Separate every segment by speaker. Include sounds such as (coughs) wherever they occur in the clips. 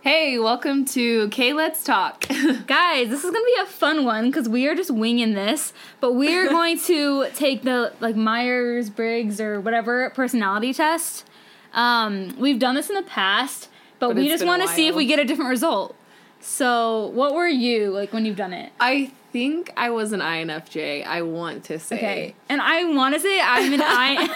Speaker 1: Hey, welcome to K Let's Talk.
Speaker 2: Guys, this is gonna be a fun one because we are just winging this, but
Speaker 1: (laughs)
Speaker 2: we're going to take the like Myers Briggs or whatever personality test. Um, we've done this in the past, but,
Speaker 1: But
Speaker 2: we
Speaker 1: it's
Speaker 2: just
Speaker 1: been a
Speaker 2: want to see if
Speaker 1: while.
Speaker 2: we get a different result. So, what were you like when you've done it?
Speaker 1: (laughs) I think I was an INFJ, I want to say.
Speaker 2: Okay, and I want to say I'm an
Speaker 1: (laughs)
Speaker 2: I.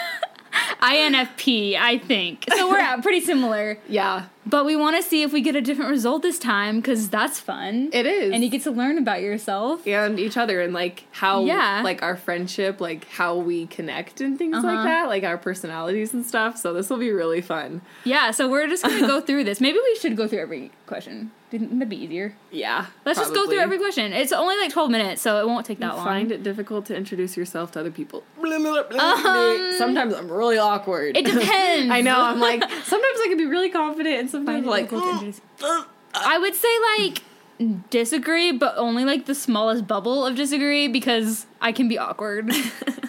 Speaker 2: INFP, I think. So we're at pretty similar,
Speaker 1: Yeah,
Speaker 2: but we want to see if we get a different result this time because that's fun.
Speaker 1: it is.
Speaker 2: and you get to learn about yourself.
Speaker 1: and each other and like how
Speaker 2: Yeah.
Speaker 1: like our friendship like how we connect and things like
Speaker 2: Uh-huh.
Speaker 1: that like our personalities and stuff so this will be really fun
Speaker 2: Yeah, so we're just gonna (laughs) go through this. Maybe we should go through every question. Didn't that be easier?
Speaker 1: yeah
Speaker 2: Let's just go
Speaker 1: probably.
Speaker 2: through every question. It's only like twelve minutes, so it won't take that long. (laughs)
Speaker 1: find it difficult to introduce yourself to other people sometimes i'm really awkward
Speaker 2: Um, It
Speaker 1: (laughs)
Speaker 2: depends.
Speaker 1: i know i'm like (laughs) sometimes i can be really confident and
Speaker 2: Find
Speaker 1: sometimes
Speaker 2: it
Speaker 1: like
Speaker 2: difficult to introduce- I would say like disagree, but only like the smallest bubble of disagree because I can be
Speaker 1: (laughs)
Speaker 2: awkward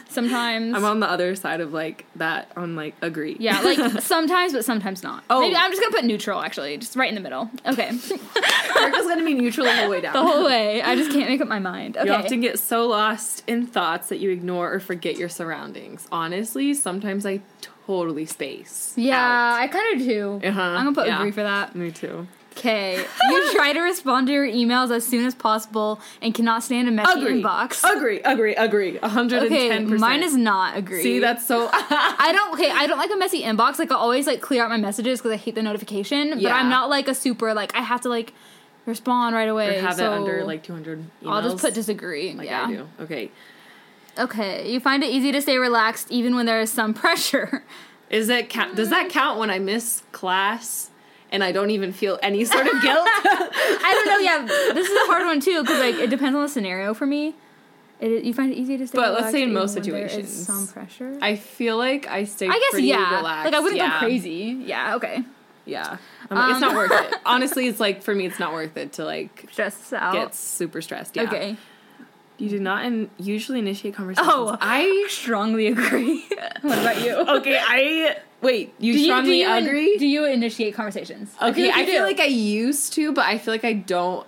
Speaker 2: sometimes.
Speaker 1: i'm on the other side of like that on like agree
Speaker 2: yeah,
Speaker 1: (laughs)
Speaker 2: like sometimes, but sometimes not.
Speaker 1: Oh.
Speaker 2: Maybe I'm just gonna put neutral actually, just right in the middle.
Speaker 1: (laughs)
Speaker 2: Okay,
Speaker 1: Erica's gonna be neutral the whole (laughs) way down
Speaker 2: the whole way. I just can't make up my mind. Okay,
Speaker 1: You often get so lost in thoughts that you ignore or forget your surroundings. Honestly, sometimes I totally space.
Speaker 2: yeah,
Speaker 1: out.
Speaker 2: I kind of do.
Speaker 1: Uh-huh,
Speaker 2: I'm gonna put
Speaker 1: yeah.
Speaker 2: agree for that.
Speaker 1: Me too.
Speaker 2: Okay,
Speaker 1: (laughs)
Speaker 2: you try to respond to your emails as soon as possible and cannot stand a messy inbox.
Speaker 1: Agree. Agree. Agree. 110%.
Speaker 2: Okay, mine is not agree.
Speaker 1: See, that's so.
Speaker 2: I don't. (laughs) Okay, I don't like a messy inbox. Like I always like clear out my messages because I hate the notification. But
Speaker 1: Yeah.
Speaker 2: I'm not like a super like I have to like respond right
Speaker 1: Or
Speaker 2: away.
Speaker 1: have
Speaker 2: so
Speaker 1: it under like 200 emails.
Speaker 2: I'll just put disagree.
Speaker 1: like
Speaker 2: yeah.
Speaker 1: I do. Okay.
Speaker 2: Okay, you find it easy to stay relaxed even when there is some (laughs) pressure.
Speaker 1: Is it count? Does that count when I miss class and I don't even feel any sort of
Speaker 2: (laughs)
Speaker 1: guilt?
Speaker 2: I don't know. Yeah, this is a hard one too because like it depends on the scenario for me. It, you find it easy to stay.
Speaker 1: But let's say in
Speaker 2: relaxed
Speaker 1: most
Speaker 2: even when there is
Speaker 1: situations.
Speaker 2: some pressure.
Speaker 1: I feel like I stay.
Speaker 2: I guess
Speaker 1: pretty
Speaker 2: yeah.
Speaker 1: Relaxed.
Speaker 2: Like I wouldn't
Speaker 1: yeah.
Speaker 2: go crazy. Um, Yeah. Okay.
Speaker 1: Yeah. I'm like, it's not worth
Speaker 2: (laughs)
Speaker 1: it. Honestly, it's like for me, it's not worth it to like
Speaker 2: Stress out.
Speaker 1: get super stressed. Yeah.
Speaker 2: Okay.
Speaker 1: Oh. You do not in- usually initiate conversations.
Speaker 2: Oh, I strongly agree. (laughs) what about you?
Speaker 1: (laughs) okay. I wait. You
Speaker 2: Do you,
Speaker 1: Oh, strongly
Speaker 2: do you in-
Speaker 1: agree?
Speaker 2: do you initiate conversations?
Speaker 1: okay. I feel like
Speaker 2: I,
Speaker 1: I used to, but I feel like I don't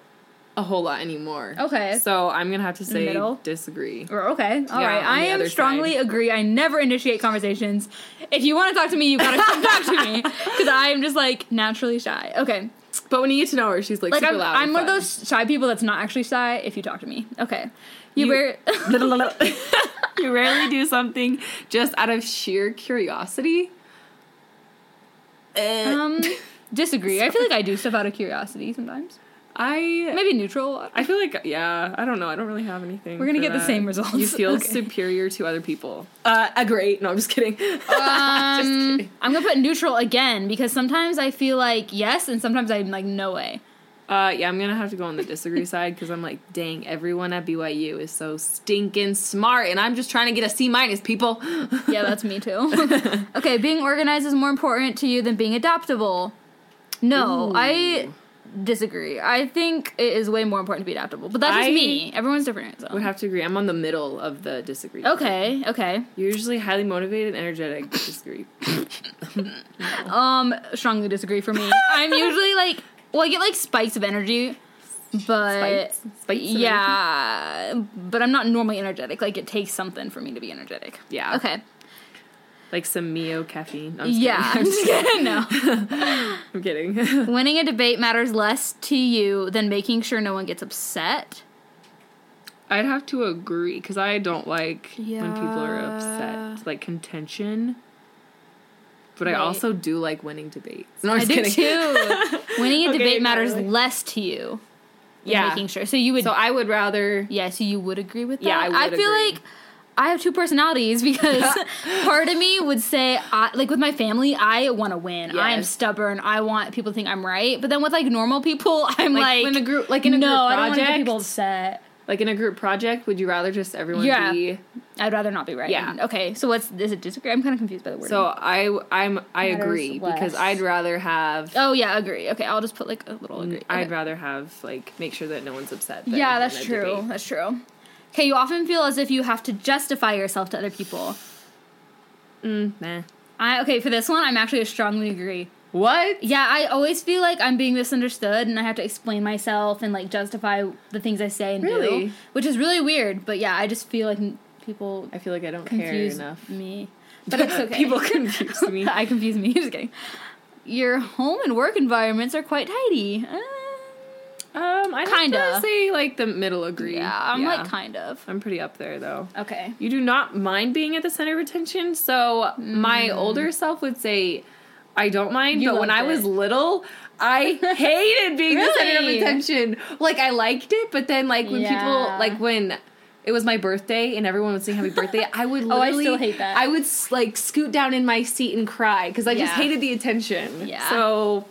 Speaker 1: a whole lot anymore.
Speaker 2: Okay.
Speaker 1: So I'm gonna have to say
Speaker 2: middle?
Speaker 1: disagree.
Speaker 2: or, okay. all right.
Speaker 1: Yeah, on the
Speaker 2: I am
Speaker 1: other
Speaker 2: strongly agree. I never initiate conversations. If you want to talk to me, you gotta come talk to
Speaker 1: (laughs)
Speaker 2: me because I'm just like naturally shy. Okay.
Speaker 1: But when you get to know her, she's like,
Speaker 2: Like
Speaker 1: super
Speaker 2: I'm,
Speaker 1: loud.
Speaker 2: I'm
Speaker 1: and
Speaker 2: one of
Speaker 1: fun.
Speaker 2: those shy people that's not actually shy. If you talk to me, okay. You,
Speaker 1: You- uh,
Speaker 2: wear.
Speaker 1: (laughs) you rarely do something just out of sheer curiosity. Eh,
Speaker 2: (laughs)
Speaker 1: (laughs)
Speaker 2: um, disagree. I feel like I do stuff out of curiosity sometimes.
Speaker 1: I
Speaker 2: Maybe neutral.
Speaker 1: I feel like yeah, I don't know. I don't really have anything.
Speaker 2: We're gonna
Speaker 1: for
Speaker 2: get the
Speaker 1: that.
Speaker 2: same results.
Speaker 1: You feel
Speaker 2: Okay.
Speaker 1: superior to other people. Uh, agree. No, I'm just kidding. (laughs) just
Speaker 2: Um,
Speaker 1: kidding.
Speaker 2: I'm gonna put neutral again because sometimes I feel like yes, and sometimes I'm like no way.
Speaker 1: (laughs) Uh, yeah, I'm gonna have to go on the disagree (laughs) side because I'm like, dang, everyone at BYU is so stinking smart, and I'm just trying to get a C minus, people. (gasps)
Speaker 2: Yeah, that's me
Speaker 1: (laughs)
Speaker 2: too. okay, being organized is more important to you than being adaptable. No, I disagree. I think it is way more important to be adaptable, but that's just
Speaker 1: I
Speaker 2: me. Everyone's different. So.
Speaker 1: Would have to agree. I'm on the middle of the disagree.
Speaker 2: Okay, okay.
Speaker 1: You're usually highly motivated, and
Speaker 2: (laughs)
Speaker 1: energetic. Disagree.
Speaker 2: Uh, Um, strongly disagree for (laughs) me. I'm usually like, well, I get like spikes of energy, but
Speaker 1: Spikes? Spikes of
Speaker 2: yeah, but I'm not normally energetic. Like it takes something for me to be energetic.
Speaker 1: Yeah.
Speaker 2: Okay.
Speaker 1: Like some Mio caffeine. I'm
Speaker 2: (laughs)
Speaker 1: just
Speaker 2: Yeah.
Speaker 1: Kidding. (laughs)
Speaker 2: no. (laughs)
Speaker 1: I'm kidding.
Speaker 2: Winning a debate matters less to you than making sure no one gets upset.
Speaker 1: I'd have to agree because I don't like when people are
Speaker 2: Yeah.
Speaker 1: upset, like contention. But
Speaker 2: Right.
Speaker 1: I also do like winning debates. No, I'm
Speaker 2: I
Speaker 1: just
Speaker 2: do
Speaker 1: kidding.
Speaker 2: (laughs) too. Winning a
Speaker 1: Okay,
Speaker 2: debate
Speaker 1: not
Speaker 2: matters
Speaker 1: really.
Speaker 2: less to you than
Speaker 1: Yeah.
Speaker 2: making sure. So you would
Speaker 1: So I would rather.
Speaker 2: Yeah, so you would agree with that?
Speaker 1: Yeah, I would
Speaker 2: feel
Speaker 1: agree.
Speaker 2: like I have two personalities (laughs)
Speaker 1: (laughs)
Speaker 2: because part of me would say, I, like with my family, I want to win. I am
Speaker 1: Yes.
Speaker 2: stubborn. I want people to think I'm right. But then with like normal people, I'm
Speaker 1: Like,
Speaker 2: like,
Speaker 1: when a group, like in a
Speaker 2: no,
Speaker 1: group
Speaker 2: I don't want to get
Speaker 1: project,
Speaker 2: people upset.
Speaker 1: like in a group project, would you rather just everyone
Speaker 2: Yeah.
Speaker 1: be?
Speaker 2: I'd rather not be right.
Speaker 1: Yeah.
Speaker 2: Okay. So what's is it disagree? I'm kind of confused by the word.
Speaker 1: So I, I'm, I
Speaker 2: Matters
Speaker 1: agree because
Speaker 2: less.
Speaker 1: I'd rather have,
Speaker 2: oh yeah, agree. Okay, I'll just put like a little agree.
Speaker 1: Mm, I'd
Speaker 2: Okay.
Speaker 1: rather have like make sure that no one's upset. than
Speaker 2: Yeah,
Speaker 1: in
Speaker 2: that's
Speaker 1: a
Speaker 2: true.
Speaker 1: debate.
Speaker 2: That's true. Okay, you often feel as if you have to justify yourself to other people.
Speaker 1: Mm, nah.
Speaker 2: I okay for this one. I'm actually strongly agree.
Speaker 1: What?
Speaker 2: Yeah, I always feel like I'm being misunderstood and I have to explain myself and like justify the things I say and
Speaker 1: Really?
Speaker 2: do, which is really weird. But yeah, I just feel like n- people
Speaker 1: I feel like I don't
Speaker 2: confuse
Speaker 1: care enough. (laughs)
Speaker 2: me. But it's okay.
Speaker 1: People confuse me.
Speaker 2: (laughs) I confuse me. Just kidding. Your home and work environments are quite tidy. Uh,
Speaker 1: Um, I
Speaker 2: Kinda.
Speaker 1: kinda say like the middle agree.
Speaker 2: yeah, I'm like kind of.
Speaker 1: I'm pretty up there though.
Speaker 2: Okay.
Speaker 1: You do not mind being at the center of attention, so my older self would say I don't mind,
Speaker 2: Mm. You
Speaker 1: but when
Speaker 2: loved
Speaker 1: I was
Speaker 2: it.
Speaker 1: little,
Speaker 2: (laughs)
Speaker 1: I hated being the center of
Speaker 2: Really?
Speaker 1: attention. Like I liked it, but then like when
Speaker 2: Yeah.
Speaker 1: people like when it was my birthday and everyone would sing happy birthday. I would
Speaker 2: (laughs) Oh, I
Speaker 1: literally
Speaker 2: still hate that.
Speaker 1: I would s- like scoot down in my seat and cry cuz I just
Speaker 2: Yeah.
Speaker 1: hated the attention.
Speaker 2: Yeah.
Speaker 1: So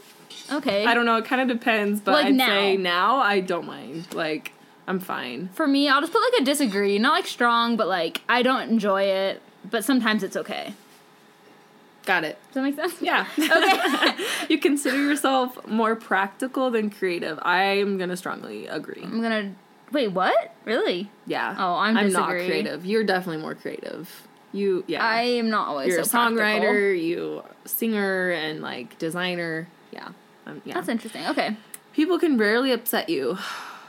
Speaker 2: Okay.
Speaker 1: I don't know. It kind of depends, but
Speaker 2: Like
Speaker 1: I'd
Speaker 2: now.
Speaker 1: say now I don't mind. Like I'm fine.
Speaker 2: For me, I'll just put like a disagree. Not like strong, but like I don't enjoy it. But sometimes it's okay.
Speaker 1: Got it.
Speaker 2: Does that make sense? (laughs)
Speaker 1: Yeah. (laughs)
Speaker 2: Okay.
Speaker 1: you consider yourself more practical than creative. I'm gonna strongly agree.
Speaker 2: I'm gonna. Wait, what? Really?
Speaker 1: Yeah.
Speaker 2: Oh, I'm
Speaker 1: not
Speaker 2: disagree.
Speaker 1: creative. You're definitely more creative. You yeah.
Speaker 2: I am not always.
Speaker 1: You're
Speaker 2: so
Speaker 1: a songwriter.
Speaker 2: practical.
Speaker 1: You singer and like designer. Yeah. Um, yeah.
Speaker 2: That's interesting. Okay.
Speaker 1: People can rarely upset you.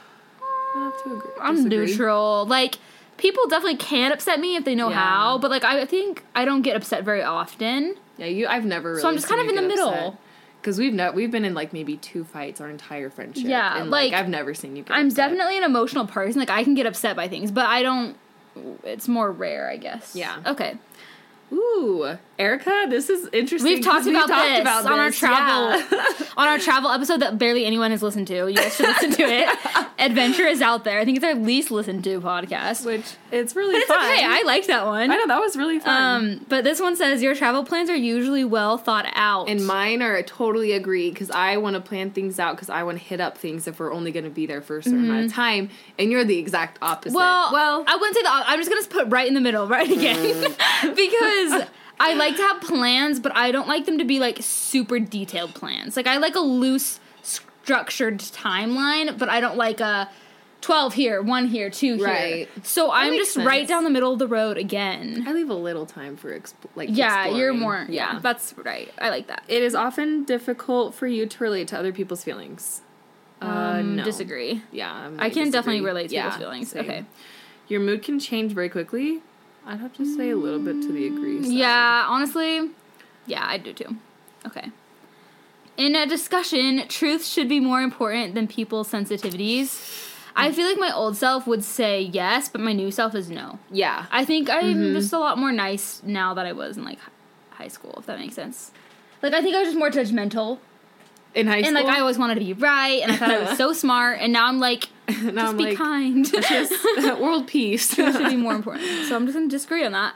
Speaker 1: (sighs) I have to agree.
Speaker 2: I'm
Speaker 1: disagree.
Speaker 2: neutral. Like people definitely can upset me if they know
Speaker 1: Yeah.
Speaker 2: how, but like I think I don't get upset very often.
Speaker 1: Yeah, you. I've never. Really
Speaker 2: So I'm just kind of in the middle.
Speaker 1: Because we've not, we've been in like maybe two fights our entire friendship.
Speaker 2: Yeah,
Speaker 1: and, like,
Speaker 2: like,
Speaker 1: I've never seen you. Get
Speaker 2: I'm
Speaker 1: upset.
Speaker 2: definitely an emotional person. Like I can get upset by things, but I don't it's more rare, I guess.
Speaker 1: Yeah.
Speaker 2: Okay.
Speaker 1: Ooh, Erica, this is interesting.
Speaker 2: We've talked
Speaker 1: 'cause we
Speaker 2: about this on our
Speaker 1: this,
Speaker 2: travel
Speaker 1: yeah.
Speaker 2: on our travel episode that barely anyone has listened to. You guys should listen to
Speaker 1: (laughs)
Speaker 2: it. Adventure is out there. I think it's our least listened to podcast.
Speaker 1: which it's really
Speaker 2: it's
Speaker 1: fun.
Speaker 2: okay. I like that one.
Speaker 1: I know that was really fun.
Speaker 2: um, but this one says your travel plans are usually well thought out.
Speaker 1: and mine are totally agree because I want to plan things out because I want to hit up things if we're only going to be there for a certain amount of time. And you're the exact opposite.
Speaker 2: Mm-hmm. Well, well, I wouldn't say that. I'm just gonna put right in the middle, right again, (laughs)
Speaker 1: Mm.
Speaker 2: because I like to have plans, but I don't like them to be like super detailed plans. Like I like a loose, structured timeline, but I don't like a twelve here, one here, two here.
Speaker 1: Right.
Speaker 2: So I'm
Speaker 1: makes
Speaker 2: just right
Speaker 1: sense.
Speaker 2: down the middle of the road again.
Speaker 1: I leave a little time for expl- like.
Speaker 2: Yeah, you're more.
Speaker 1: exploring.
Speaker 2: Yeah, that's right. I like that.
Speaker 1: It is often difficult for you to relate to other people's feelings. uh, no.
Speaker 2: Um, Disagree.
Speaker 1: Yeah, I'm-
Speaker 2: I can definitely
Speaker 1: disagree.
Speaker 2: relate to people's
Speaker 1: Yeah,
Speaker 2: feelings.
Speaker 1: same.
Speaker 2: Okay.
Speaker 1: Your mood can change very quickly. I'd have to say a little bit to the agree. side.
Speaker 2: Yeah, honestly, yeah, I do too. Okay. In a discussion, truth should be more important than people's sensitivities. I feel like my old self would say yes, but my new self is no.
Speaker 1: Yeah.
Speaker 2: I think I'm
Speaker 1: Mm-hmm.
Speaker 2: just a lot more nice now that I was in like hi- high school, if that makes sense. Like I think I was just more judgmental,
Speaker 1: In high
Speaker 2: and
Speaker 1: school.
Speaker 2: like I always wanted to be right, and I thought I was
Speaker 1: (laughs)
Speaker 2: so smart, and now I'm like,
Speaker 1: I, (laughs) now
Speaker 2: just
Speaker 1: I'm
Speaker 2: be
Speaker 1: like,
Speaker 2: kind. (laughs) Truth
Speaker 1: (laughs) world peace.
Speaker 2: should be more important. So I'm just gonna disagree on that.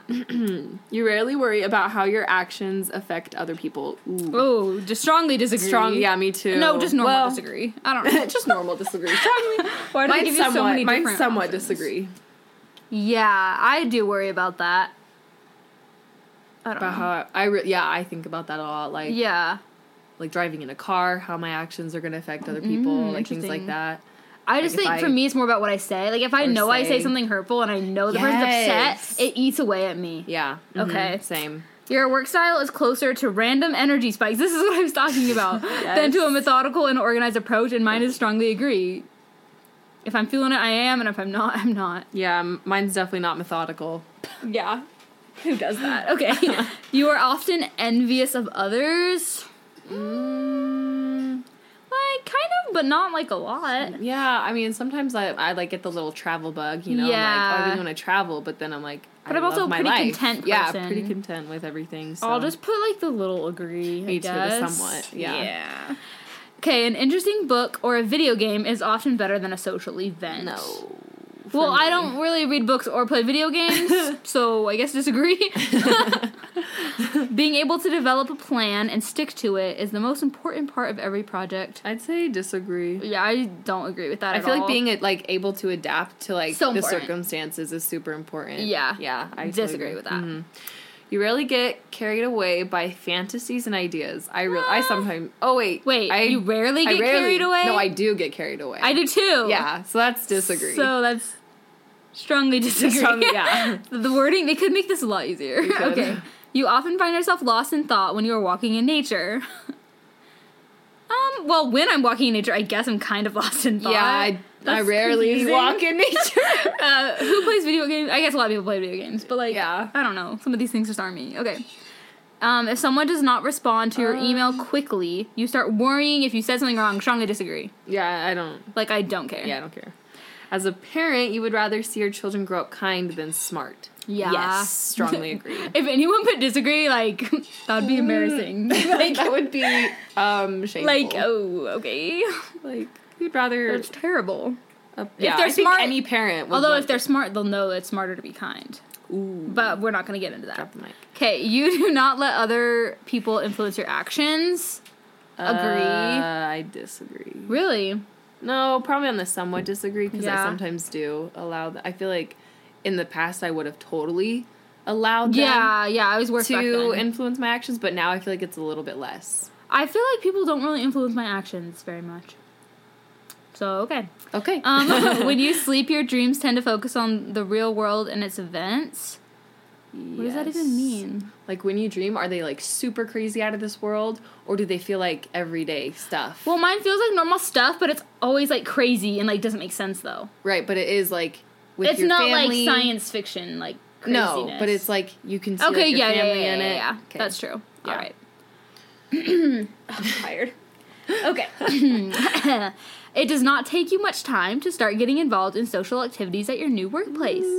Speaker 1: you rarely worry about how your actions affect other people. Ooh.
Speaker 2: Oh, just strongly disagree.
Speaker 1: Strong. Yeah, me too.
Speaker 2: No, just normal
Speaker 1: Well,
Speaker 2: disagree. I don't know.
Speaker 1: (laughs) just normal disagree. Strongly.
Speaker 2: (laughs) Why did I
Speaker 1: Mine
Speaker 2: give you so
Speaker 1: somewhat,
Speaker 2: many
Speaker 1: mine
Speaker 2: different
Speaker 1: somewhat
Speaker 2: options?
Speaker 1: disagree.
Speaker 2: Yeah, I do worry about that. I don't
Speaker 1: About
Speaker 2: know.
Speaker 1: how I re- yeah, I think about that a lot. Like
Speaker 2: Yeah.
Speaker 1: like driving in a car, how my actions are going to affect other people, like things
Speaker 2: Mm, interesting.
Speaker 1: like that.
Speaker 2: I just
Speaker 1: Like, if
Speaker 2: think for
Speaker 1: I-
Speaker 2: me it's more about what I say. Like if I
Speaker 1: Or
Speaker 2: know I say
Speaker 1: say-
Speaker 2: something hurtful and I know the person's
Speaker 1: Yes.
Speaker 2: upset, it eats away at me.
Speaker 1: Yeah.
Speaker 2: Mm-hmm.
Speaker 1: Mm-hmm.
Speaker 2: Okay.
Speaker 1: Same.
Speaker 2: Your work style is closer to random energy spikes. (laughs) This is what I was talking about. Than
Speaker 1: (laughs) Yes.
Speaker 2: to a methodical and organized approach and mine is strongly agree. If I'm feeling it, I am, and if I'm not, (laughs) I'm not.
Speaker 1: Yeah, m- mine's definitely not methodical.
Speaker 2: Yeah. Who does that? Uh,
Speaker 1: (laughs)
Speaker 2: Okay. you are often envious of others.
Speaker 1: Mm,
Speaker 2: Like, kind of, but not like a lot.
Speaker 1: yeah, I mean, sometimes I, I like get the little travel bug, you know, I'm like, oh, I
Speaker 2: Yeah.
Speaker 1: really want to travel, but then I'm like,
Speaker 2: But
Speaker 1: I
Speaker 2: I'm also
Speaker 1: love
Speaker 2: a
Speaker 1: my
Speaker 2: pretty
Speaker 1: life.
Speaker 2: content
Speaker 1: Yeah,
Speaker 2: person.
Speaker 1: pretty content with everything. So.
Speaker 2: I'll just put like the little agree.
Speaker 1: Me
Speaker 2: I
Speaker 1: too, the
Speaker 2: guess.
Speaker 1: somewhat, yeah.
Speaker 2: Yeah. Okay, an interesting book or a video game is often better than a social event.
Speaker 1: no.
Speaker 2: Well, I don't really read books or play video
Speaker 1: (laughs)
Speaker 2: games, so I guess disagree. Being able to develop a plan and stick to it is the most important part of every project.
Speaker 1: I'd say disagree.
Speaker 2: Yeah, I don't agree with that
Speaker 1: I
Speaker 2: at
Speaker 1: feel
Speaker 2: all.
Speaker 1: like being like able to adapt to like
Speaker 2: So
Speaker 1: the
Speaker 2: important.
Speaker 1: circumstances is super important.
Speaker 2: Yeah.
Speaker 1: yeah. I totally Mm-hmm.
Speaker 2: disagree with that.
Speaker 1: You rarely get carried away by fantasies and ideas. I re- I
Speaker 2: What?
Speaker 1: sometimes. Oh wait,
Speaker 2: Ah. Wait,
Speaker 1: I
Speaker 2: you rarely
Speaker 1: I
Speaker 2: get carried away?
Speaker 1: No, I do get carried away.
Speaker 2: I do too.
Speaker 1: Yeah, so that's disagree.
Speaker 2: So that's strongly disagree.
Speaker 1: Strong- yeah.
Speaker 2: (laughs) the wording they could make this a lot easier.
Speaker 1: could.
Speaker 2: Okay. You often find yourself lost in thought when you are walking in nature. (laughs) I'm well when I'm walking in nature, I guess I'm kind of (laughs) lost in thought.
Speaker 1: Yeah, I, I
Speaker 2: That's
Speaker 1: rarely
Speaker 2: confusing.
Speaker 1: walk
Speaker 2: (laughs)
Speaker 1: in nature.
Speaker 2: Uh, who plays video games? I guess a lot of people play video games, but like,
Speaker 1: Yeah.
Speaker 2: I don't know. Some of these things just aren't me. Okay. Um, if someone does not respond to your
Speaker 1: Uh.
Speaker 2: email quickly, you start worrying if you said something wrong. Strongly disagree.
Speaker 1: yeah, I don't.
Speaker 2: Like, I don't care.
Speaker 1: Yeah, I don't care. As a parent, you would rather see your children grow up kind than smart.
Speaker 2: Yeah. (laughs)
Speaker 1: Yes, strongly agree.
Speaker 2: If anyone would disagree, like, (laughs) that
Speaker 1: Mm.
Speaker 2: would be embarrassing.
Speaker 1: (laughs)
Speaker 2: like,
Speaker 1: that would be um shameful.
Speaker 2: like, oh,
Speaker 1: (laughs)
Speaker 2: okay.
Speaker 1: like you'd rather.
Speaker 2: That's terrible.
Speaker 1: Uh, yeah,
Speaker 2: they're
Speaker 1: I think
Speaker 2: smart-
Speaker 1: any parent. Would
Speaker 2: Although,
Speaker 1: want
Speaker 2: if they're smart, they'll know it's smarter to be kind.
Speaker 1: Ooh,
Speaker 2: But we're not going to get into that.
Speaker 1: drop the mic.
Speaker 2: Okay, you do not let other people influence your actions. Agree.
Speaker 1: Uh, I disagree.
Speaker 2: Really?
Speaker 1: No, probably on the somewhat disagree because I
Speaker 2: Yeah.
Speaker 1: sometimes do allow. Th- I feel like in the past I would have totally allowed them
Speaker 2: Yeah, yeah, I was worse back
Speaker 1: to
Speaker 2: then.
Speaker 1: influence my actions, but now I feel like it's a little bit less.
Speaker 2: I feel like people don't really influence my actions very much. So okay.
Speaker 1: Okay.
Speaker 2: Um, (laughs) when you sleep, your dreams tend to focus on the real world and its events. What does that even
Speaker 1: Yes.
Speaker 2: mean?
Speaker 1: Like when you dream, are they like super crazy out of this world, or do they feel like everyday stuff?
Speaker 2: Well, mine feels like normal stuff, but it's always like crazy and like doesn't make sense though.
Speaker 1: right, but it is like with
Speaker 2: it's
Speaker 1: your
Speaker 2: not like
Speaker 1: family.
Speaker 2: science fiction, like craziness.
Speaker 1: No, but it's like you can see
Speaker 2: okay.
Speaker 1: like, your
Speaker 2: yeah, yeah, yeah,
Speaker 1: family
Speaker 2: yeah,
Speaker 1: in it.
Speaker 2: yeah.
Speaker 1: Okay.
Speaker 2: That's true.
Speaker 1: Yeah.
Speaker 2: All
Speaker 1: (coughs)
Speaker 2: right. I'm tired. Okay. (laughs) it does not take you much time to start getting involved in social activities at your new workplace.
Speaker 1: Mm,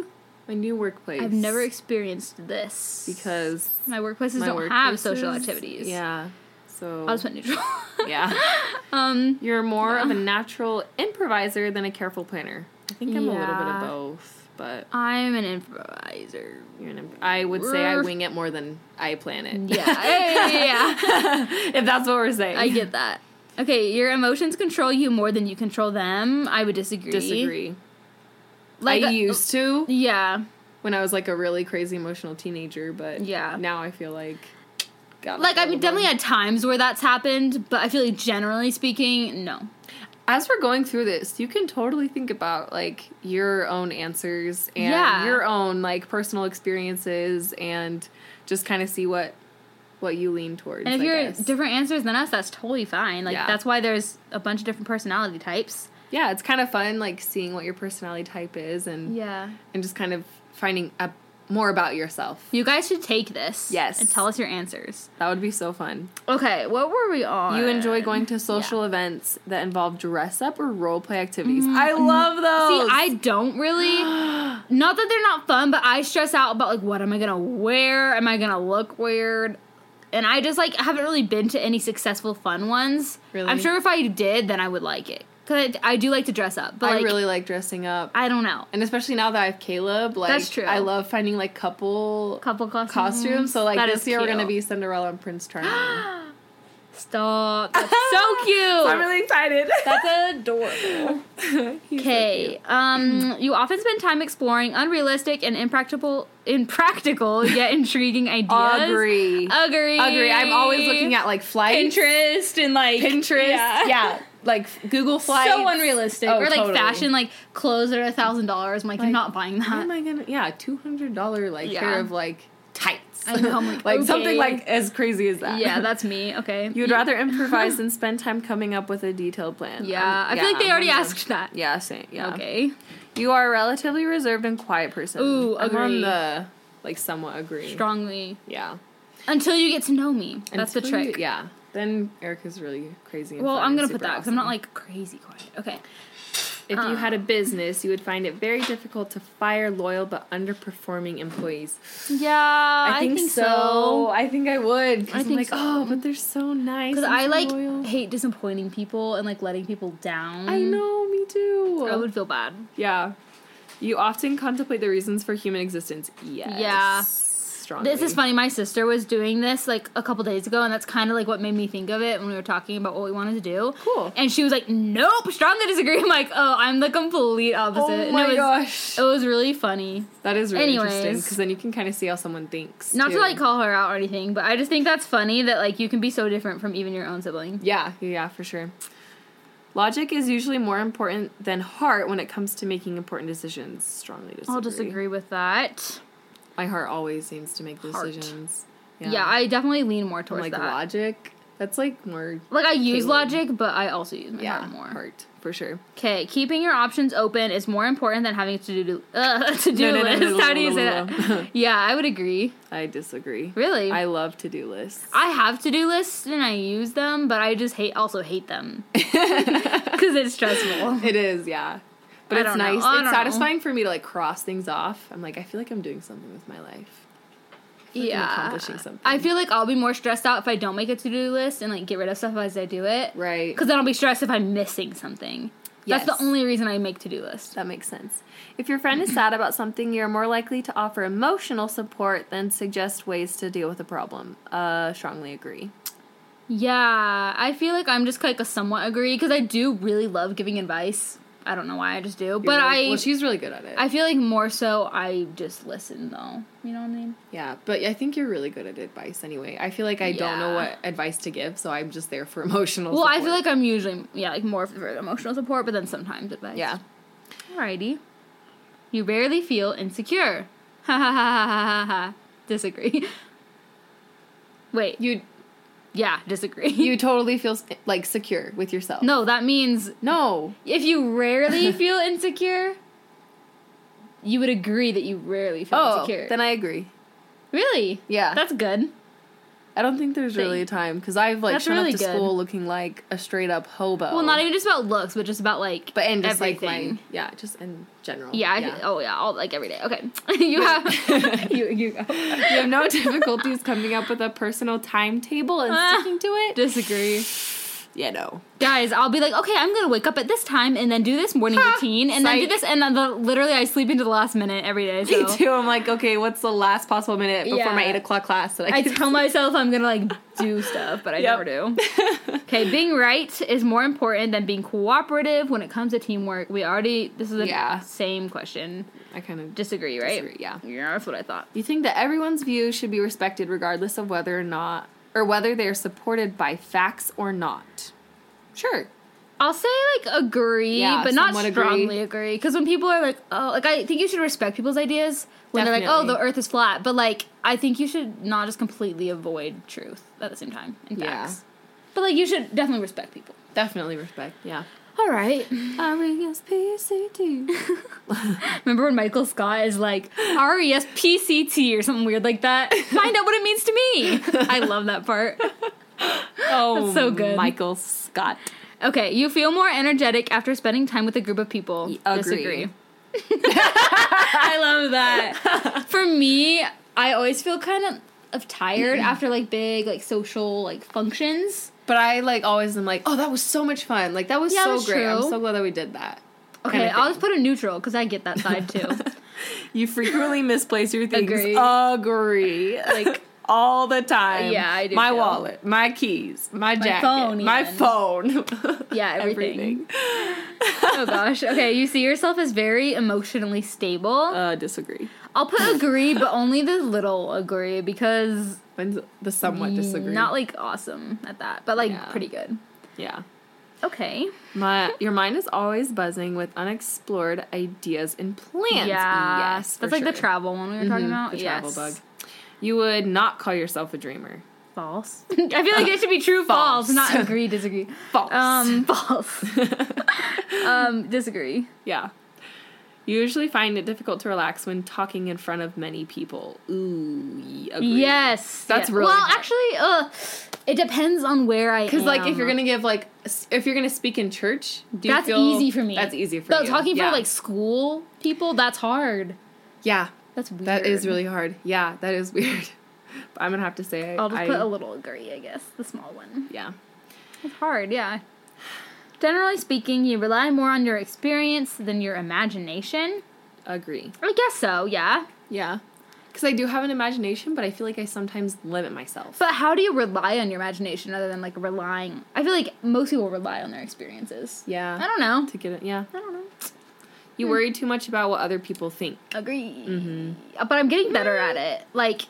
Speaker 1: Ooh, My new workplace.
Speaker 2: I've never experienced this
Speaker 1: because
Speaker 2: my workplaces
Speaker 1: my
Speaker 2: don't have social
Speaker 1: workplaces-
Speaker 2: activities.
Speaker 1: Yeah. So
Speaker 2: I'll just put neutral. (laughs)
Speaker 1: yeah,
Speaker 2: um,
Speaker 1: you're more of a natural improviser than a careful planner. I think I'm a little bit of
Speaker 2: Yeah.
Speaker 1: both, but
Speaker 2: I'm an
Speaker 1: (laughs)
Speaker 2: improviser.
Speaker 1: you're an imp- I would say I wing it more than I plan it.
Speaker 2: Yeah, yeah, yeah, yeah.
Speaker 1: (laughs) if that's what we're saying.
Speaker 2: I get that. Okay, your emotions control you more than you control them. I would disagree.
Speaker 1: disagree.
Speaker 2: Like uh,
Speaker 1: I used to
Speaker 2: Yeah.
Speaker 1: when I was like a really crazy emotional teenager, but
Speaker 2: Yeah.
Speaker 1: now I feel like got
Speaker 2: Like I've definitely had times where that's happened, but I feel like generally speaking, no.
Speaker 1: as we're going through this, you can totally think about like your own answers and
Speaker 2: Yeah.
Speaker 1: your own like personal experiences and just kind of see what what you lean towards.
Speaker 2: And if
Speaker 1: I
Speaker 2: you're
Speaker 1: guess.
Speaker 2: different answers than us, that's totally fine. Like
Speaker 1: Yeah.
Speaker 2: that's why there's a bunch of different personality types.
Speaker 1: yeah, it's kind of fun like seeing what your personality type is and
Speaker 2: Yeah.
Speaker 1: and just kind of finding up more about yourself.
Speaker 2: You guys should take this.
Speaker 1: Yes.
Speaker 2: And tell us your answers.
Speaker 1: That would be so fun.
Speaker 2: Okay, what were we on?
Speaker 1: You enjoy going to social events that involve dress up or role play activities. I love those.
Speaker 2: Mm, See, I don't
Speaker 1: (gasps)
Speaker 2: really. not that they're not fun, but I stress out about like what am I gonna wear? Am I gonna look weird? And I just like haven't really been to any successful fun ones.
Speaker 1: Really?
Speaker 2: I'm sure if I did, then I would like it because I, I do like to dress up. But
Speaker 1: I
Speaker 2: like,
Speaker 1: really like dressing up.
Speaker 2: I don't know.
Speaker 1: and especially now that I have Caleb, like
Speaker 2: That's true.
Speaker 1: I love finding like couple
Speaker 2: Couple costumes.
Speaker 1: costumes. So like
Speaker 2: That
Speaker 1: this
Speaker 2: is
Speaker 1: year we're gonna
Speaker 2: cute.
Speaker 1: be Cinderella and Prince
Speaker 2: (gasps)
Speaker 1: Charming. (laughs)
Speaker 2: Stop. That's so cute.
Speaker 1: I'm really excited.
Speaker 2: (laughs) That's adorable.
Speaker 1: (laughs) He's so
Speaker 2: Okay.
Speaker 1: cute.
Speaker 2: Um, you often spend time exploring unrealistic and impractical, impractical yet
Speaker 1: (laughs)
Speaker 2: intriguing ideas. Agree.
Speaker 1: Agree. (laughs) Agree. I'm always looking at like flights,
Speaker 2: Pinterest and like
Speaker 1: Pinterest, (laughs) yeah, like Google flights.
Speaker 2: (laughs) So unrealistic,
Speaker 1: Oh,
Speaker 2: or like
Speaker 1: totally.
Speaker 2: fashion, like clothes that are a thousand dollars. I'm like,
Speaker 1: Like,
Speaker 2: I'm not buying
Speaker 1: How am
Speaker 2: that.
Speaker 1: I gonna? Yeah, two hundred dollar like
Speaker 2: Yeah.
Speaker 1: pair of like tights.
Speaker 2: I know, I'm like,
Speaker 1: something
Speaker 2: okay.
Speaker 1: (laughs) like as crazy as that.
Speaker 2: (laughs) yeah, that's me. (laughs) Okay,
Speaker 1: You'd rather improvise than spend time coming up with a detailed plan.
Speaker 2: Yeah,
Speaker 1: Um,
Speaker 2: I feel like they already
Speaker 1: I'm-
Speaker 2: asked that.
Speaker 1: Yeah, same. Yeah.
Speaker 2: Okay.
Speaker 1: You are a relatively reserved and quiet person.
Speaker 2: Ooh,
Speaker 1: I'm on
Speaker 2: agree.
Speaker 1: the like somewhat agree.
Speaker 2: Strongly.
Speaker 1: Yeah.
Speaker 2: Until you get to know me. That's the
Speaker 1: Until you-
Speaker 2: trick.
Speaker 1: yeah. Then Erica's really crazy. And
Speaker 2: Well,
Speaker 1: fun
Speaker 2: I'm
Speaker 1: and
Speaker 2: gonna
Speaker 1: super
Speaker 2: put that because I'm uh. not
Speaker 1: awesome.
Speaker 2: like crazy quiet. Okay.
Speaker 1: If you had a business, you would find it very difficult to fire loyal but underperforming employees.
Speaker 2: Yeah, I, think, so.
Speaker 1: I think I would.
Speaker 2: I
Speaker 1: Because I'm
Speaker 2: think
Speaker 1: like,
Speaker 2: so.
Speaker 1: oh, but they're so nice.
Speaker 2: Because
Speaker 1: and
Speaker 2: I
Speaker 1: so
Speaker 2: like
Speaker 1: loyal."
Speaker 2: hate disappointing people and like letting people down.
Speaker 1: I know, me too.
Speaker 2: I would feel bad.
Speaker 1: Yeah. You often contemplate the reasons for human existence. Yes.
Speaker 2: Yeah.
Speaker 1: Strongly.
Speaker 2: This is funny. My sister was doing this like a couple days ago, and that's kind of like what made me think of it when we were talking about what we wanted to do.
Speaker 1: Cool.
Speaker 2: And she was like, "Nope, strongly disagree." (laughs) I'm like, "Oh, I'm the complete opposite."
Speaker 1: Oh
Speaker 2: And
Speaker 1: my
Speaker 2: it was,
Speaker 1: gosh.
Speaker 2: It was really funny.
Speaker 1: That is really interesting
Speaker 2: Anyways.
Speaker 1: because then you can kind of see how someone thinks.
Speaker 2: Not
Speaker 1: too.
Speaker 2: to like call her out or anything, but I just think that's funny that like you can be so different from even your own sibling.
Speaker 1: Yeah, yeah, for sure. Logic is usually more important than heart when it comes to making important decisions. Strongly disagree.
Speaker 2: I'll disagree with that.
Speaker 1: My heart always seems to make
Speaker 2: Heart.
Speaker 1: decisions.
Speaker 2: Yeah, I definitely lean more towards
Speaker 1: like
Speaker 2: that.
Speaker 1: logic. That's like more
Speaker 2: Like I use
Speaker 1: Caleb.
Speaker 2: logic, but I also use my
Speaker 1: yeah
Speaker 2: heart more.
Speaker 1: heart for sure.
Speaker 2: Okay, keeping your options open is more important than having to do (laughs) uh, to do
Speaker 1: No, no, no,
Speaker 2: list.
Speaker 1: no, no,
Speaker 2: How do you
Speaker 1: no,
Speaker 2: say
Speaker 1: no,
Speaker 2: that? (laughs) yeah, I would agree.
Speaker 1: I disagree.
Speaker 2: Really,
Speaker 1: I
Speaker 2: I,
Speaker 1: love to do lists.
Speaker 2: have to do lists and I use them, but I just hate also hate
Speaker 1: (laughs)
Speaker 2: them because it's stressful.
Speaker 1: It is, yeah. But
Speaker 2: I
Speaker 1: it's
Speaker 2: don't know.
Speaker 1: nice.
Speaker 2: I
Speaker 1: It's
Speaker 2: don't
Speaker 1: satisfying for me to like cross things off. I'm like, I feel like I'm doing something with my life.
Speaker 2: (laughs) yeah,
Speaker 1: accomplishing something.
Speaker 2: I feel like I'll be more stressed out if I don't make a to do list and like get rid of stuff as I do it.
Speaker 1: Right.
Speaker 2: Because then I'll be stressed if I'm missing something. That's
Speaker 1: Yes.
Speaker 2: the only reason I make to do lists.
Speaker 1: That makes sense. If your friend
Speaker 2: (clears throat)
Speaker 1: is sad about something, you're more likely to offer emotional support than suggest ways to deal with the problem. Uh, strongly agree.
Speaker 2: Yeah, I feel like I'm just like a somewhat agree because I do really love giving advice. I don't know why I just do, but
Speaker 1: You're really-
Speaker 2: I
Speaker 1: well, she's really good at it.
Speaker 2: I feel like more so I just listen though. You know what I mean?
Speaker 1: yeah, but I think you're really good at advice anyway. I feel like I don't know
Speaker 2: Yeah.
Speaker 1: what advice to give, so I'm just there for (laughs) emotional.
Speaker 2: Well, I
Speaker 1: support.
Speaker 2: feel like I'm usually yeah like more for emotional support, but then sometimes advice.
Speaker 1: yeah,
Speaker 2: Alrighty. You rarely feel insecure. (laughs) Ha ha ha ha ha ha ha. Disagree. (laughs) Wait.
Speaker 1: you
Speaker 2: yeah, disagree.
Speaker 1: you totally feel s- like secure with
Speaker 2: (laughs)
Speaker 1: yourself.
Speaker 2: no, that means
Speaker 1: no,
Speaker 2: if you
Speaker 1: (laughs)
Speaker 2: rarely feel insecure, you would agree that you rarely feel
Speaker 1: oh,
Speaker 2: insecure.
Speaker 1: then I agree.
Speaker 2: really?
Speaker 1: Yeah,
Speaker 2: That's good.
Speaker 1: I don't think there's really a time because I've like
Speaker 2: That's
Speaker 1: shown
Speaker 2: really
Speaker 1: up to
Speaker 2: good.
Speaker 1: school looking like a straight up hobo.
Speaker 2: Well, not even just about looks, but just about like
Speaker 1: Oh. but and just
Speaker 2: everything.
Speaker 1: like my yeah, just in general.
Speaker 2: yeah, I, Oh yeah. All like every day. Okay. (laughs) you
Speaker 1: (laughs)
Speaker 2: have. you you go.
Speaker 1: you have no difficulties coming up with a personal timetable and
Speaker 2: Ah.
Speaker 1: sticking to it.
Speaker 2: Disagree.
Speaker 1: Yeah, no.
Speaker 2: Guys, I'll be like, okay, I'm gonna wake up at this time and then do this morning routine and then do
Speaker 1: Psych.
Speaker 2: this and then the, literally I sleep into the last minute every day.
Speaker 1: Me
Speaker 2: So
Speaker 1: too. I'm like, okay, what's the last possible minute before my
Speaker 2: Yeah.
Speaker 1: eight o'clock class that I
Speaker 2: I
Speaker 1: can?
Speaker 2: tell myself I'm gonna like do stuff, but I
Speaker 1: Yep.
Speaker 2: never do. Okay, being right is more important than being cooperative when it comes to teamwork. We already this is the
Speaker 1: Yeah.
Speaker 2: same question.
Speaker 1: (laughs) I kind of just
Speaker 2: Disagree, right?
Speaker 1: Disagree, yeah.
Speaker 2: Yeah, that's what I thought.
Speaker 1: you think that everyone's view should be respected regardless of whether or not or whether they're supported by facts or not. Sure.
Speaker 2: I'll say like agree,
Speaker 1: Yeah,
Speaker 2: but not
Speaker 1: somewhat agree.
Speaker 2: strongly agree. Because when people are like, oh, like I think you should respect people's ideas when they're like, oh,
Speaker 1: Definitely.
Speaker 2: the Earth is flat. But like, I think you should not just completely avoid truth at the same time and
Speaker 1: Yeah.
Speaker 2: facts. But like, you should definitely respect people.
Speaker 1: Definitely respect. Yeah.
Speaker 2: All right.
Speaker 1: R E S P C T.
Speaker 2: (laughs) Remember when Michael Scott is like R E S P C T or something weird like
Speaker 1: (laughs)
Speaker 2: that? Find out what it means to me. I love that part.
Speaker 1: (laughs) Oh,
Speaker 2: That's so good.
Speaker 1: Michael Scott.
Speaker 2: Okay, you feel more energetic after spending time with a group of people.
Speaker 1: agree.
Speaker 2: Disagree. (laughs) I love (laughs) that. For me, I always feel kind of, of tired after like big like social like functions.
Speaker 1: But I like always am like, oh, that was so much fun. Like that was
Speaker 2: Yeah,
Speaker 1: so
Speaker 2: that's
Speaker 1: great. I'm
Speaker 2: true.
Speaker 1: so glad that we did that.
Speaker 2: Okay,
Speaker 1: Kinda
Speaker 2: I'll
Speaker 1: thing.
Speaker 2: just put a neutral because I get that side (laughs) too. (laughs)
Speaker 1: You frequently misplace your things.
Speaker 2: Agree.
Speaker 1: Agree.
Speaker 2: (laughs)
Speaker 1: Like all the time.
Speaker 2: Yeah, I do
Speaker 1: My
Speaker 2: too.
Speaker 1: wallet, my keys, my, jacket,
Speaker 2: phone
Speaker 1: my
Speaker 2: even.
Speaker 1: phone. (laughs)
Speaker 2: Yeah, everything. (laughs) oh gosh. Okay, you see yourself as very emotionally stable.
Speaker 1: Uh, disagree.
Speaker 2: I'll put agree, but only the little agree because
Speaker 1: When's the somewhat disagree?
Speaker 2: Mm, not like awesome at that, but like
Speaker 1: Yeah.
Speaker 2: pretty good.
Speaker 1: yeah.
Speaker 2: Okay.
Speaker 1: My your mind is always buzzing with unexplored ideas and plans.
Speaker 2: Yeah.
Speaker 1: Yes, for
Speaker 2: That's like the
Speaker 1: sure. Mm-hmm.
Speaker 2: travel one we were talking about.
Speaker 1: Mm, The travel
Speaker 2: Yes.
Speaker 1: bug. You would not call yourself a dreamer.
Speaker 2: False. (laughs) I feel like it should be true false,
Speaker 1: False. (laughs)
Speaker 2: not agree, disagree.
Speaker 1: False.
Speaker 2: Um
Speaker 1: (laughs)
Speaker 2: false. (laughs) um disagree.
Speaker 1: Yeah. You usually find it difficult to relax when talking in front of many people. Ooh, ye- agree.
Speaker 2: Yes.
Speaker 1: That's
Speaker 2: yeah.
Speaker 1: really
Speaker 2: Well,
Speaker 1: hard.
Speaker 2: actually, uh it depends on where I
Speaker 1: Because like, if
Speaker 2: am.
Speaker 1: you're gonna give like, s- if you're gonna speak in church, do you
Speaker 2: that's
Speaker 1: feel-
Speaker 2: easy for me.
Speaker 1: That's easy for
Speaker 2: Though,
Speaker 1: you.
Speaker 2: Talking
Speaker 1: Yeah.
Speaker 2: for like school people, that's hard.
Speaker 1: yeah,
Speaker 2: That's weird.
Speaker 1: that is really hard. Yeah, that is (laughs) weird. But I'm gonna have to say, I-
Speaker 2: I'll just
Speaker 1: I-
Speaker 2: put a little agree, I guess. The small one.
Speaker 1: yeah,
Speaker 2: It's hard, yeah. Generally speaking, you rely more on your experience than your imagination.
Speaker 1: agree.
Speaker 2: I guess so, yeah.
Speaker 1: Yeah, because I do have an imagination, but I feel like I sometimes limit myself.
Speaker 2: But how do you rely on your imagination other than like relying? I feel like most people rely on their experiences.
Speaker 1: yeah,
Speaker 2: I don't know.
Speaker 1: to get it. Yeah,
Speaker 2: I don't know.
Speaker 1: you worry too much about what other people think.
Speaker 2: Agree.
Speaker 1: Mm-hmm.
Speaker 2: But I'm getting better at it. Like,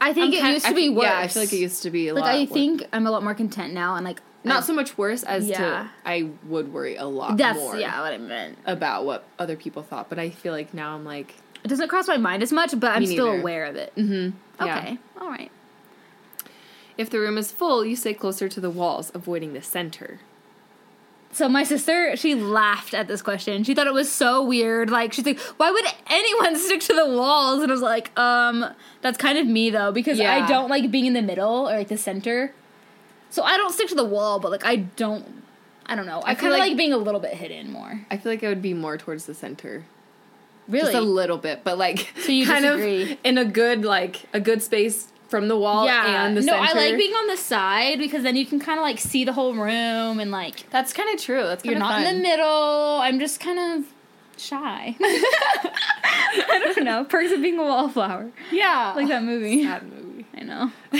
Speaker 2: I think
Speaker 1: Mm.
Speaker 2: it
Speaker 1: I'm kind-
Speaker 2: used
Speaker 1: I
Speaker 2: to be
Speaker 1: fe-
Speaker 2: worse.
Speaker 1: Yeah, I feel like it used to be a
Speaker 2: Like,
Speaker 1: lot.
Speaker 2: I
Speaker 1: worse.
Speaker 2: think I'm a lot more content now, and like
Speaker 1: not
Speaker 2: I-
Speaker 1: so much worse as
Speaker 2: Yeah.
Speaker 1: to I would worry a lot
Speaker 2: that's
Speaker 1: more
Speaker 2: yeah what I meant.
Speaker 1: about what other people thought, but I feel like now I'm like
Speaker 2: It doesn't cross my mind as much, but I'm
Speaker 1: Me Mm-hmm.
Speaker 2: still
Speaker 1: neither.
Speaker 2: aware of it.
Speaker 1: mm-hmm.
Speaker 2: Okay, all right.
Speaker 1: If the room is full, you stay closer to the walls, avoiding the center.
Speaker 2: So my sister, she laughed at this question. She thought it was so weird. Like she's like, "Why would anyone (laughs) stick to the walls?" And I was like, "Um, that's kind of me though because
Speaker 1: Yeah.
Speaker 2: I don't like being in the middle or like the center. So I don't stick to the wall, but like I don't I don't know. I,
Speaker 1: I feel
Speaker 2: kind of
Speaker 1: like-
Speaker 2: like, being a little bit hidden more.
Speaker 1: I feel like I would be more towards the center.
Speaker 2: Really?
Speaker 1: Just a little bit,
Speaker 2: (laughs)
Speaker 1: but like
Speaker 2: you
Speaker 1: kind
Speaker 2: disagree.
Speaker 1: of in a good like a good space from the wall
Speaker 2: yeah.
Speaker 1: and the
Speaker 2: no,
Speaker 1: center.
Speaker 2: I like being on the side because then you can kind of like see the whole room and like
Speaker 1: That's kind of true. That's
Speaker 2: You're
Speaker 1: kinda
Speaker 2: not in
Speaker 1: fun.
Speaker 2: the middle. I'm just kind of
Speaker 1: (laughs)
Speaker 2: shy. (laughs) I don't know. Perks of being a wallflower.
Speaker 1: Yeah.
Speaker 2: Like that movie.
Speaker 1: Sad movie.
Speaker 2: I know.
Speaker 1: (laughs)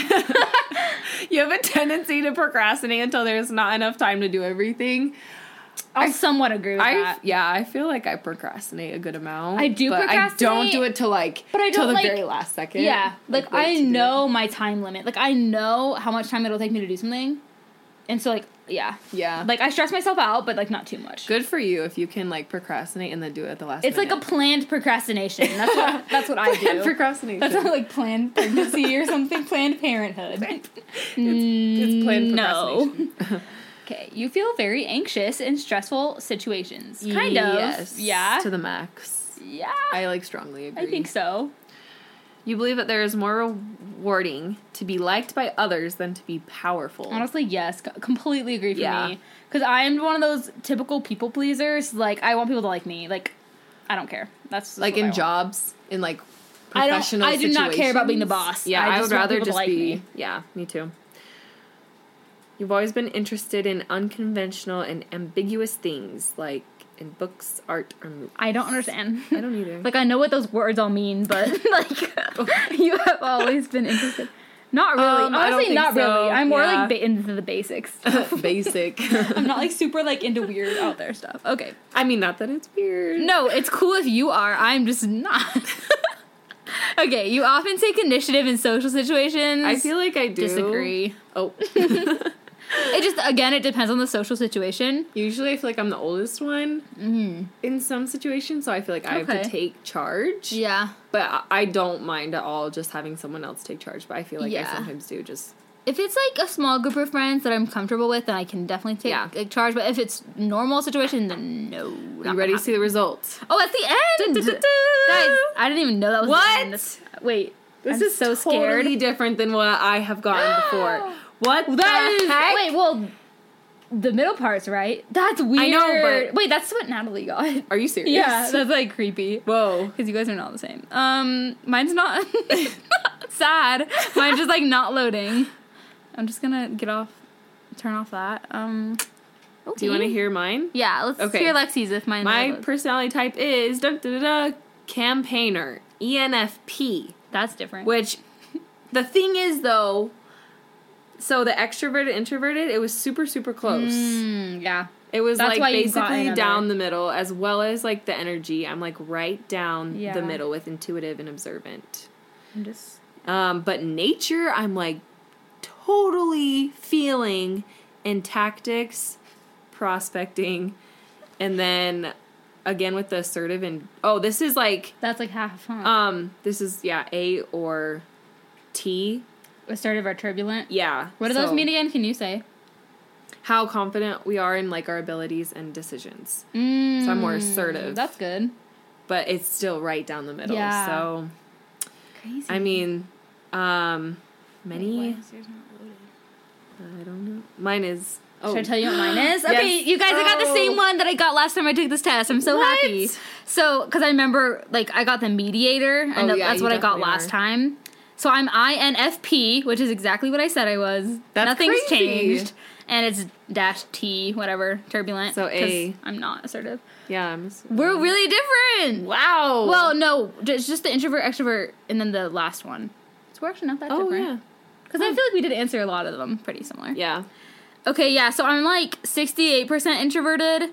Speaker 1: You have a tendency to procrastinate until there's not enough time to do everything.
Speaker 2: I somewhat agree with
Speaker 1: I
Speaker 2: that.
Speaker 1: yeah, I feel like I procrastinate a good amount.
Speaker 2: I do
Speaker 1: but I don't
Speaker 2: procrastinate,
Speaker 1: do it till like
Speaker 2: but I
Speaker 1: till
Speaker 2: don't,
Speaker 1: the
Speaker 2: like-
Speaker 1: very last second.
Speaker 2: Yeah. Like,
Speaker 1: wait
Speaker 2: I
Speaker 1: to do it.
Speaker 2: know my time limit. Like I know how much time it'll take me to do something. And so like yeah.
Speaker 1: Yeah.
Speaker 2: Like I stress myself out, but like not too much.
Speaker 1: good for you if you can like procrastinate and then do it at the last.
Speaker 2: It's like a planned procrastination. That's
Speaker 1: (laughs)
Speaker 2: what that's what (laughs) I do.
Speaker 1: procrastination.
Speaker 2: that's not like planned pregnancy or something. Planned parenthood.
Speaker 1: it's planned
Speaker 2: No.
Speaker 1: procrastination.
Speaker 2: (laughs) Okay, you feel very anxious in stressful situations. Kind
Speaker 1: Yes,
Speaker 2: of. Yeah.
Speaker 1: To the max.
Speaker 2: yeah.
Speaker 1: I like strongly agree.
Speaker 2: I think so.
Speaker 1: You believe that there is more rewarding to be liked by others than to be powerful.
Speaker 2: Honestly, yes. C- completely agree for
Speaker 1: Yeah.
Speaker 2: me. Because I am one of those typical people pleasers. Like, I want people to like me. Like, I don't care. That's just
Speaker 1: like
Speaker 2: what I
Speaker 1: in
Speaker 2: want.
Speaker 1: jobs, in like
Speaker 2: I don't-
Speaker 1: professional
Speaker 2: I do not care about being the
Speaker 1: situations.
Speaker 2: boss.
Speaker 1: Yeah,
Speaker 2: I
Speaker 1: I,
Speaker 2: just
Speaker 1: would
Speaker 2: want
Speaker 1: rather
Speaker 2: people to
Speaker 1: just
Speaker 2: like
Speaker 1: be.
Speaker 2: me.
Speaker 1: Yeah, me too. You've always been interested in unconventional and ambiguous things, like in books, art, or movies.
Speaker 2: (laughs) I don't understand.
Speaker 1: I don't either.
Speaker 2: like, I know what those words all mean, but (laughs) like, (laughs) you have always been interested. Not really.
Speaker 1: Um, I don't
Speaker 2: Honestly,
Speaker 1: think
Speaker 2: not
Speaker 1: so.
Speaker 2: really. I'm more
Speaker 1: Yeah.
Speaker 2: like ba- into the (laughs) basics. (laughs)
Speaker 1: (laughs) basic.
Speaker 2: I'm not like super like into weird out there stuff. Okay.
Speaker 1: I mean, not that it's weird.
Speaker 2: No, it's cool if you are. I'm just not. (laughs) okay, you often take initiative in social situations.
Speaker 1: I feel like I do
Speaker 2: disagree.
Speaker 1: Oh, (laughs)
Speaker 2: It just again, it depends on the social situation.
Speaker 1: usually I feel like I'm the oldest one in some situations, so I feel like I have
Speaker 2: Mm-hmm. Okay.
Speaker 1: to take charge.
Speaker 2: Yeah.
Speaker 1: But I- I don't mind at all just having someone else take charge. But I feel like I
Speaker 2: Yeah.
Speaker 1: sometimes do just
Speaker 2: If it's like a small group of friends that I'm comfortable with, then I can definitely take
Speaker 1: Yeah.
Speaker 2: like, charge. But if it's normal situation, then no.
Speaker 1: You ready to see the results?
Speaker 2: Oh, that's the end,
Speaker 1: Du-du-du-du.
Speaker 2: guys! I didn't even know that was
Speaker 1: What?
Speaker 2: The end. That's- Wait,
Speaker 1: This
Speaker 2: I'm
Speaker 1: is so
Speaker 2: so scared.
Speaker 1: totally different than what I
Speaker 2: (gasps)
Speaker 1: have gotten before. What the
Speaker 2: That is
Speaker 1: heck?
Speaker 2: wait. Well, the middle part's right. That's weird.
Speaker 1: I know, but-
Speaker 2: wait, that's what Natalie got.
Speaker 1: Are you
Speaker 2: (laughs)
Speaker 1: serious?
Speaker 2: Yeah, that's like creepy.
Speaker 1: Whoa.
Speaker 2: Because you guys are not the same. Um, mine's not (laughs) sad. Mine's just like not loading. I'm just gonna get off, turn off that. Um,
Speaker 1: Do you want to hear mine?
Speaker 2: Yeah, let's
Speaker 1: Okay.
Speaker 2: hear Lexi's if mine.
Speaker 1: My
Speaker 2: loads.
Speaker 1: personality type is da da da da campaigner, E ENFP.
Speaker 2: that's different.
Speaker 1: Which the thing is though, so the extroverted introverted, it was super super close.
Speaker 2: Mm, yeah,
Speaker 1: It was
Speaker 2: That's why
Speaker 1: like
Speaker 2: you got
Speaker 1: basically
Speaker 2: another.
Speaker 1: down the middle as well as like the energy. I'm like right down
Speaker 2: Yeah.
Speaker 1: the middle with intuitive and observant.
Speaker 2: I'm just
Speaker 1: Um, but nature, I'm like totally feeling in tactics, prospecting, and then again with the assertive and oh, this is like
Speaker 2: that's like half. Huh?
Speaker 1: um, this is yeah A or T,
Speaker 2: Assertive or turbulent.
Speaker 1: yeah.
Speaker 2: What do those
Speaker 1: so
Speaker 2: mean again? Can you say?
Speaker 1: How confident we are in like our abilities and decisions,
Speaker 2: Mm,
Speaker 1: so I'm more assertive,
Speaker 2: That's good.
Speaker 1: but it's still right down the middle.
Speaker 2: Yeah. Mm-hmm.
Speaker 1: So
Speaker 2: Crazy.
Speaker 1: I mean, um, many I don't know. Mine is. Oh,
Speaker 2: Should I tell you what mine
Speaker 1: (gasps)
Speaker 2: is?
Speaker 1: Yes.
Speaker 2: Okay, you guys, I got the
Speaker 1: Oh.
Speaker 2: same one that I got last time I took this test. I'm so
Speaker 1: What?
Speaker 2: happy. So, because I remember, like, I got the mediator. I
Speaker 1: Oh,
Speaker 2: know
Speaker 1: yeah,
Speaker 2: that's
Speaker 1: you
Speaker 2: what I got
Speaker 1: definitely
Speaker 2: last
Speaker 1: are.
Speaker 2: time. So I'm INFP, which is exactly what I said I was.
Speaker 1: That's
Speaker 2: Nothing's
Speaker 1: crazy.
Speaker 2: changed. And it's dash T, whatever, turbulent.
Speaker 1: So A. Mm.
Speaker 2: 'cause I'm not assertive.
Speaker 1: Yeah, I'm. s-
Speaker 2: We're really different.
Speaker 1: Wow.
Speaker 2: Well, no, it's just the introvert, extrovert, and then the last one. So we're actually not that
Speaker 1: Oh
Speaker 2: different. Because I feel like we did answer a lot of them pretty similar.
Speaker 1: yeah. Yeah.
Speaker 2: Okay, yeah, so I'm like 68% introverted.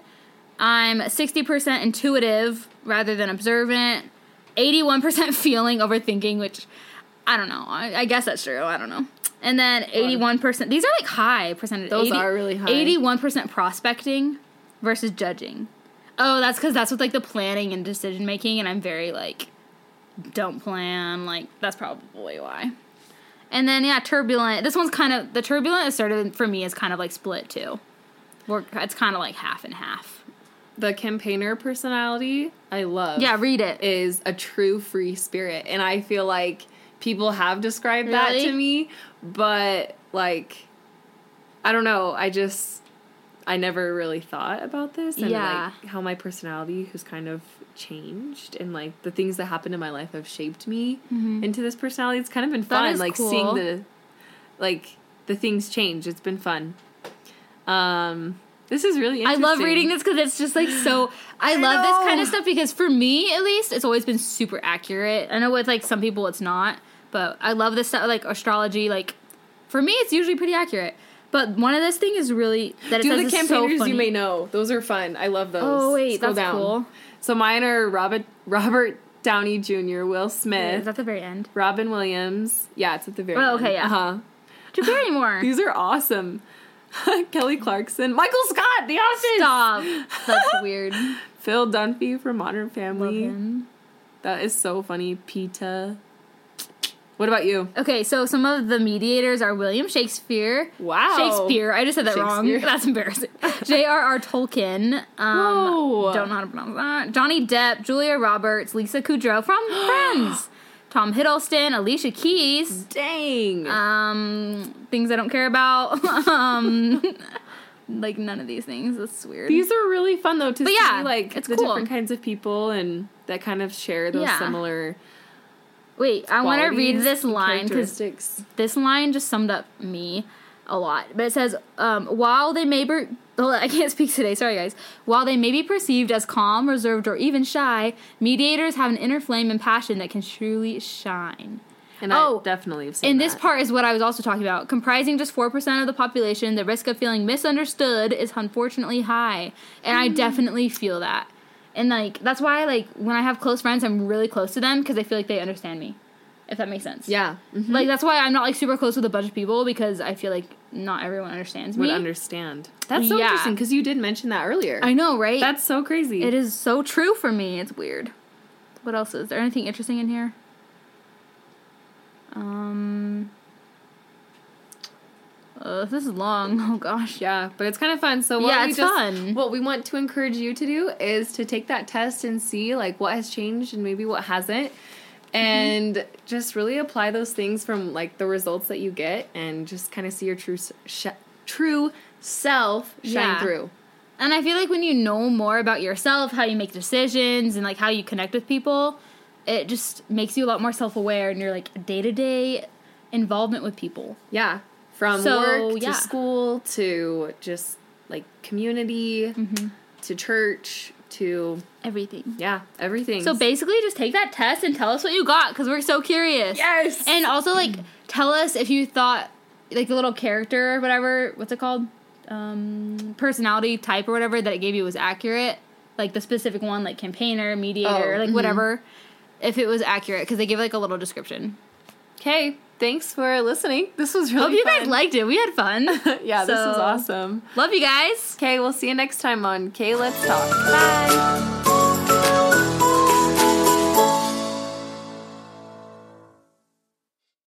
Speaker 2: I'm 60% intuitive rather than observant. 81% (laughs) feeling, overthinking, which I don't know. I, I guess that's true. I don't know. And then 81%, these are like high percentage.
Speaker 1: Those are really high.
Speaker 2: 81% prospecting versus judging. Oh, that's because that's with like the planning and decision making, and I'm very like, don't plan. Like, that's probably why. And then yeah, turbulent. This one's kind of the turbulent assertive for me is kind of like split too. We're, it's kind of like half and half.
Speaker 1: The campaigner personality, I love.
Speaker 2: Yeah, read it.
Speaker 1: is a true free spirit. And I feel like people have described that
Speaker 2: Really?
Speaker 1: to me, but like, I don't know. I just, I never really thought about this and
Speaker 2: Yeah.
Speaker 1: like how my personality has kind of changed and like the things that happened in my life have shaped me into this personality. It's kind of been
Speaker 2: Mm-hmm. That
Speaker 1: fun,
Speaker 2: is
Speaker 1: like
Speaker 2: cool.
Speaker 1: seeing the, like the things change. It's been fun. Um, this is really
Speaker 2: I
Speaker 1: interesting.
Speaker 2: love reading this because it's just like
Speaker 1: (gasps)
Speaker 2: so. I, love this kind
Speaker 1: know.
Speaker 2: of stuff because for me, at least, it's always been super accurate. I know with like some people it's not, but I love this stuff like astrology. Like for me, it's usually pretty accurate. But one of this thing is really that it
Speaker 1: Do
Speaker 2: says
Speaker 1: the
Speaker 2: is so
Speaker 1: campaigners
Speaker 2: funny.
Speaker 1: you may know. Those are fun. I love those.
Speaker 2: Oh, wait,
Speaker 1: Scroll
Speaker 2: that's cool.
Speaker 1: So mine are Robert Robert Downey Jr., Will
Speaker 2: Is
Speaker 1: Smith,
Speaker 2: that the very end?
Speaker 1: Robin Williams. Yeah, it's at the very.
Speaker 2: Oh, okay, yeah.
Speaker 1: Uh huh.
Speaker 2: Drew Barrymore.
Speaker 1: (laughs) These are awesome. (laughs) Kelly Clarkson, Michael Scott, The Office,
Speaker 2: Stop. That's
Speaker 1: (laughs)
Speaker 2: weird.
Speaker 1: Phil Dunphy from Modern
Speaker 2: Love
Speaker 1: Family.
Speaker 2: him.
Speaker 1: That is so funny. Pita. What about you?
Speaker 2: Okay, so some of the mediators are William Shakespeare.
Speaker 1: Wow.
Speaker 2: Shakespeare. I just said that wrong.
Speaker 1: Shakespeare.
Speaker 2: That's embarrassing. (laughs) J.R.R. Tolkien. Um,
Speaker 1: Whoa.
Speaker 2: Don't know how to pronounce that. Johnny Depp, Julia Roberts, Lisa Kudrow
Speaker 1: (gasps)
Speaker 2: from Friends. Tom Hiddleston, Alicia Keys.
Speaker 1: Dang.
Speaker 2: Um, things I don't care about. (laughs) um, like none of these things. That's weird.
Speaker 1: These are really fun though to see
Speaker 2: yeah,
Speaker 1: like
Speaker 2: it's
Speaker 1: the
Speaker 2: cool.
Speaker 1: different kinds of people and that kind of share those
Speaker 2: Yeah.
Speaker 1: similar.
Speaker 2: Wait, I want to read
Speaker 1: qualities
Speaker 2: this
Speaker 1: and
Speaker 2: line because
Speaker 1: characteristics.
Speaker 2: this line just summed up me a lot. But it says, um, while they may be, Ugh, I can't (laughs) speak today, sorry guys. While they may be perceived as calm, reserved, or even shy, mediators have an inner flame and passion that can truly shine.
Speaker 1: and
Speaker 2: oh,
Speaker 1: I definitely have seen
Speaker 2: And this
Speaker 1: that.
Speaker 2: part is what I was also talking about. Comprising just 4% of the population, the risk of feeling misunderstood is unfortunately high. And I definitely feel that. And like, that's why, like, when I have close friends, I'm really close to them because I feel like they understand me, if that makes sense.
Speaker 1: yeah mhm,
Speaker 2: Like that's why I'm not like super close with a bunch of people because I feel like not everyone understands
Speaker 1: would
Speaker 2: me.
Speaker 1: understand. That's so
Speaker 2: Yeah.
Speaker 1: interesting because you did mention that earlier.
Speaker 2: I know, right?
Speaker 1: That's so crazy.
Speaker 2: it is so true for me. It's weird. What else is there? Anything interesting in here? Um. Uh, this is long. (laughs) Oh gosh.
Speaker 1: Yeah, but it's kind of fun. So what
Speaker 2: Yeah,
Speaker 1: we
Speaker 2: it's
Speaker 1: just,
Speaker 2: fun.
Speaker 1: What we want to encourage you to do is to take that test and see like what has changed and maybe what hasn't,
Speaker 2: Mm-hmm.
Speaker 1: and just really apply those things from like the results that you get and just kind of see your true s- sh- true self shine
Speaker 2: Yeah.
Speaker 1: through.
Speaker 2: And I feel like when you know more about yourself, how you make decisions, and like how you connect with people, it just makes you a lot more self aware and your like day to day involvement with people.
Speaker 1: Yeah, from
Speaker 2: So,
Speaker 1: work
Speaker 2: yeah.
Speaker 1: to school to just like community
Speaker 2: Mm-hmm.
Speaker 1: to church to
Speaker 2: Everything.
Speaker 1: yeah everything.
Speaker 2: So basically, just take that test and tell us what you got because we're so curious.
Speaker 1: Yes!
Speaker 2: And also, like, tell us if you thought, like, the little character or whatever, what's it called? Um, personality type or whatever that it gave you was accurate. Like, the specific one, like, campaigner, mediator,
Speaker 1: Oh,
Speaker 2: like, whatever. If it was accurate because they give, like, a little description.
Speaker 1: okay, thanks for listening. This was really
Speaker 2: Hope you
Speaker 1: fun.
Speaker 2: guys liked it. We had fun.
Speaker 1: (laughs) yeah, this
Speaker 2: So,
Speaker 1: is awesome.
Speaker 2: Love you guys.
Speaker 1: Okay, we'll see you next time on K Let's Talk.
Speaker 2: Bye.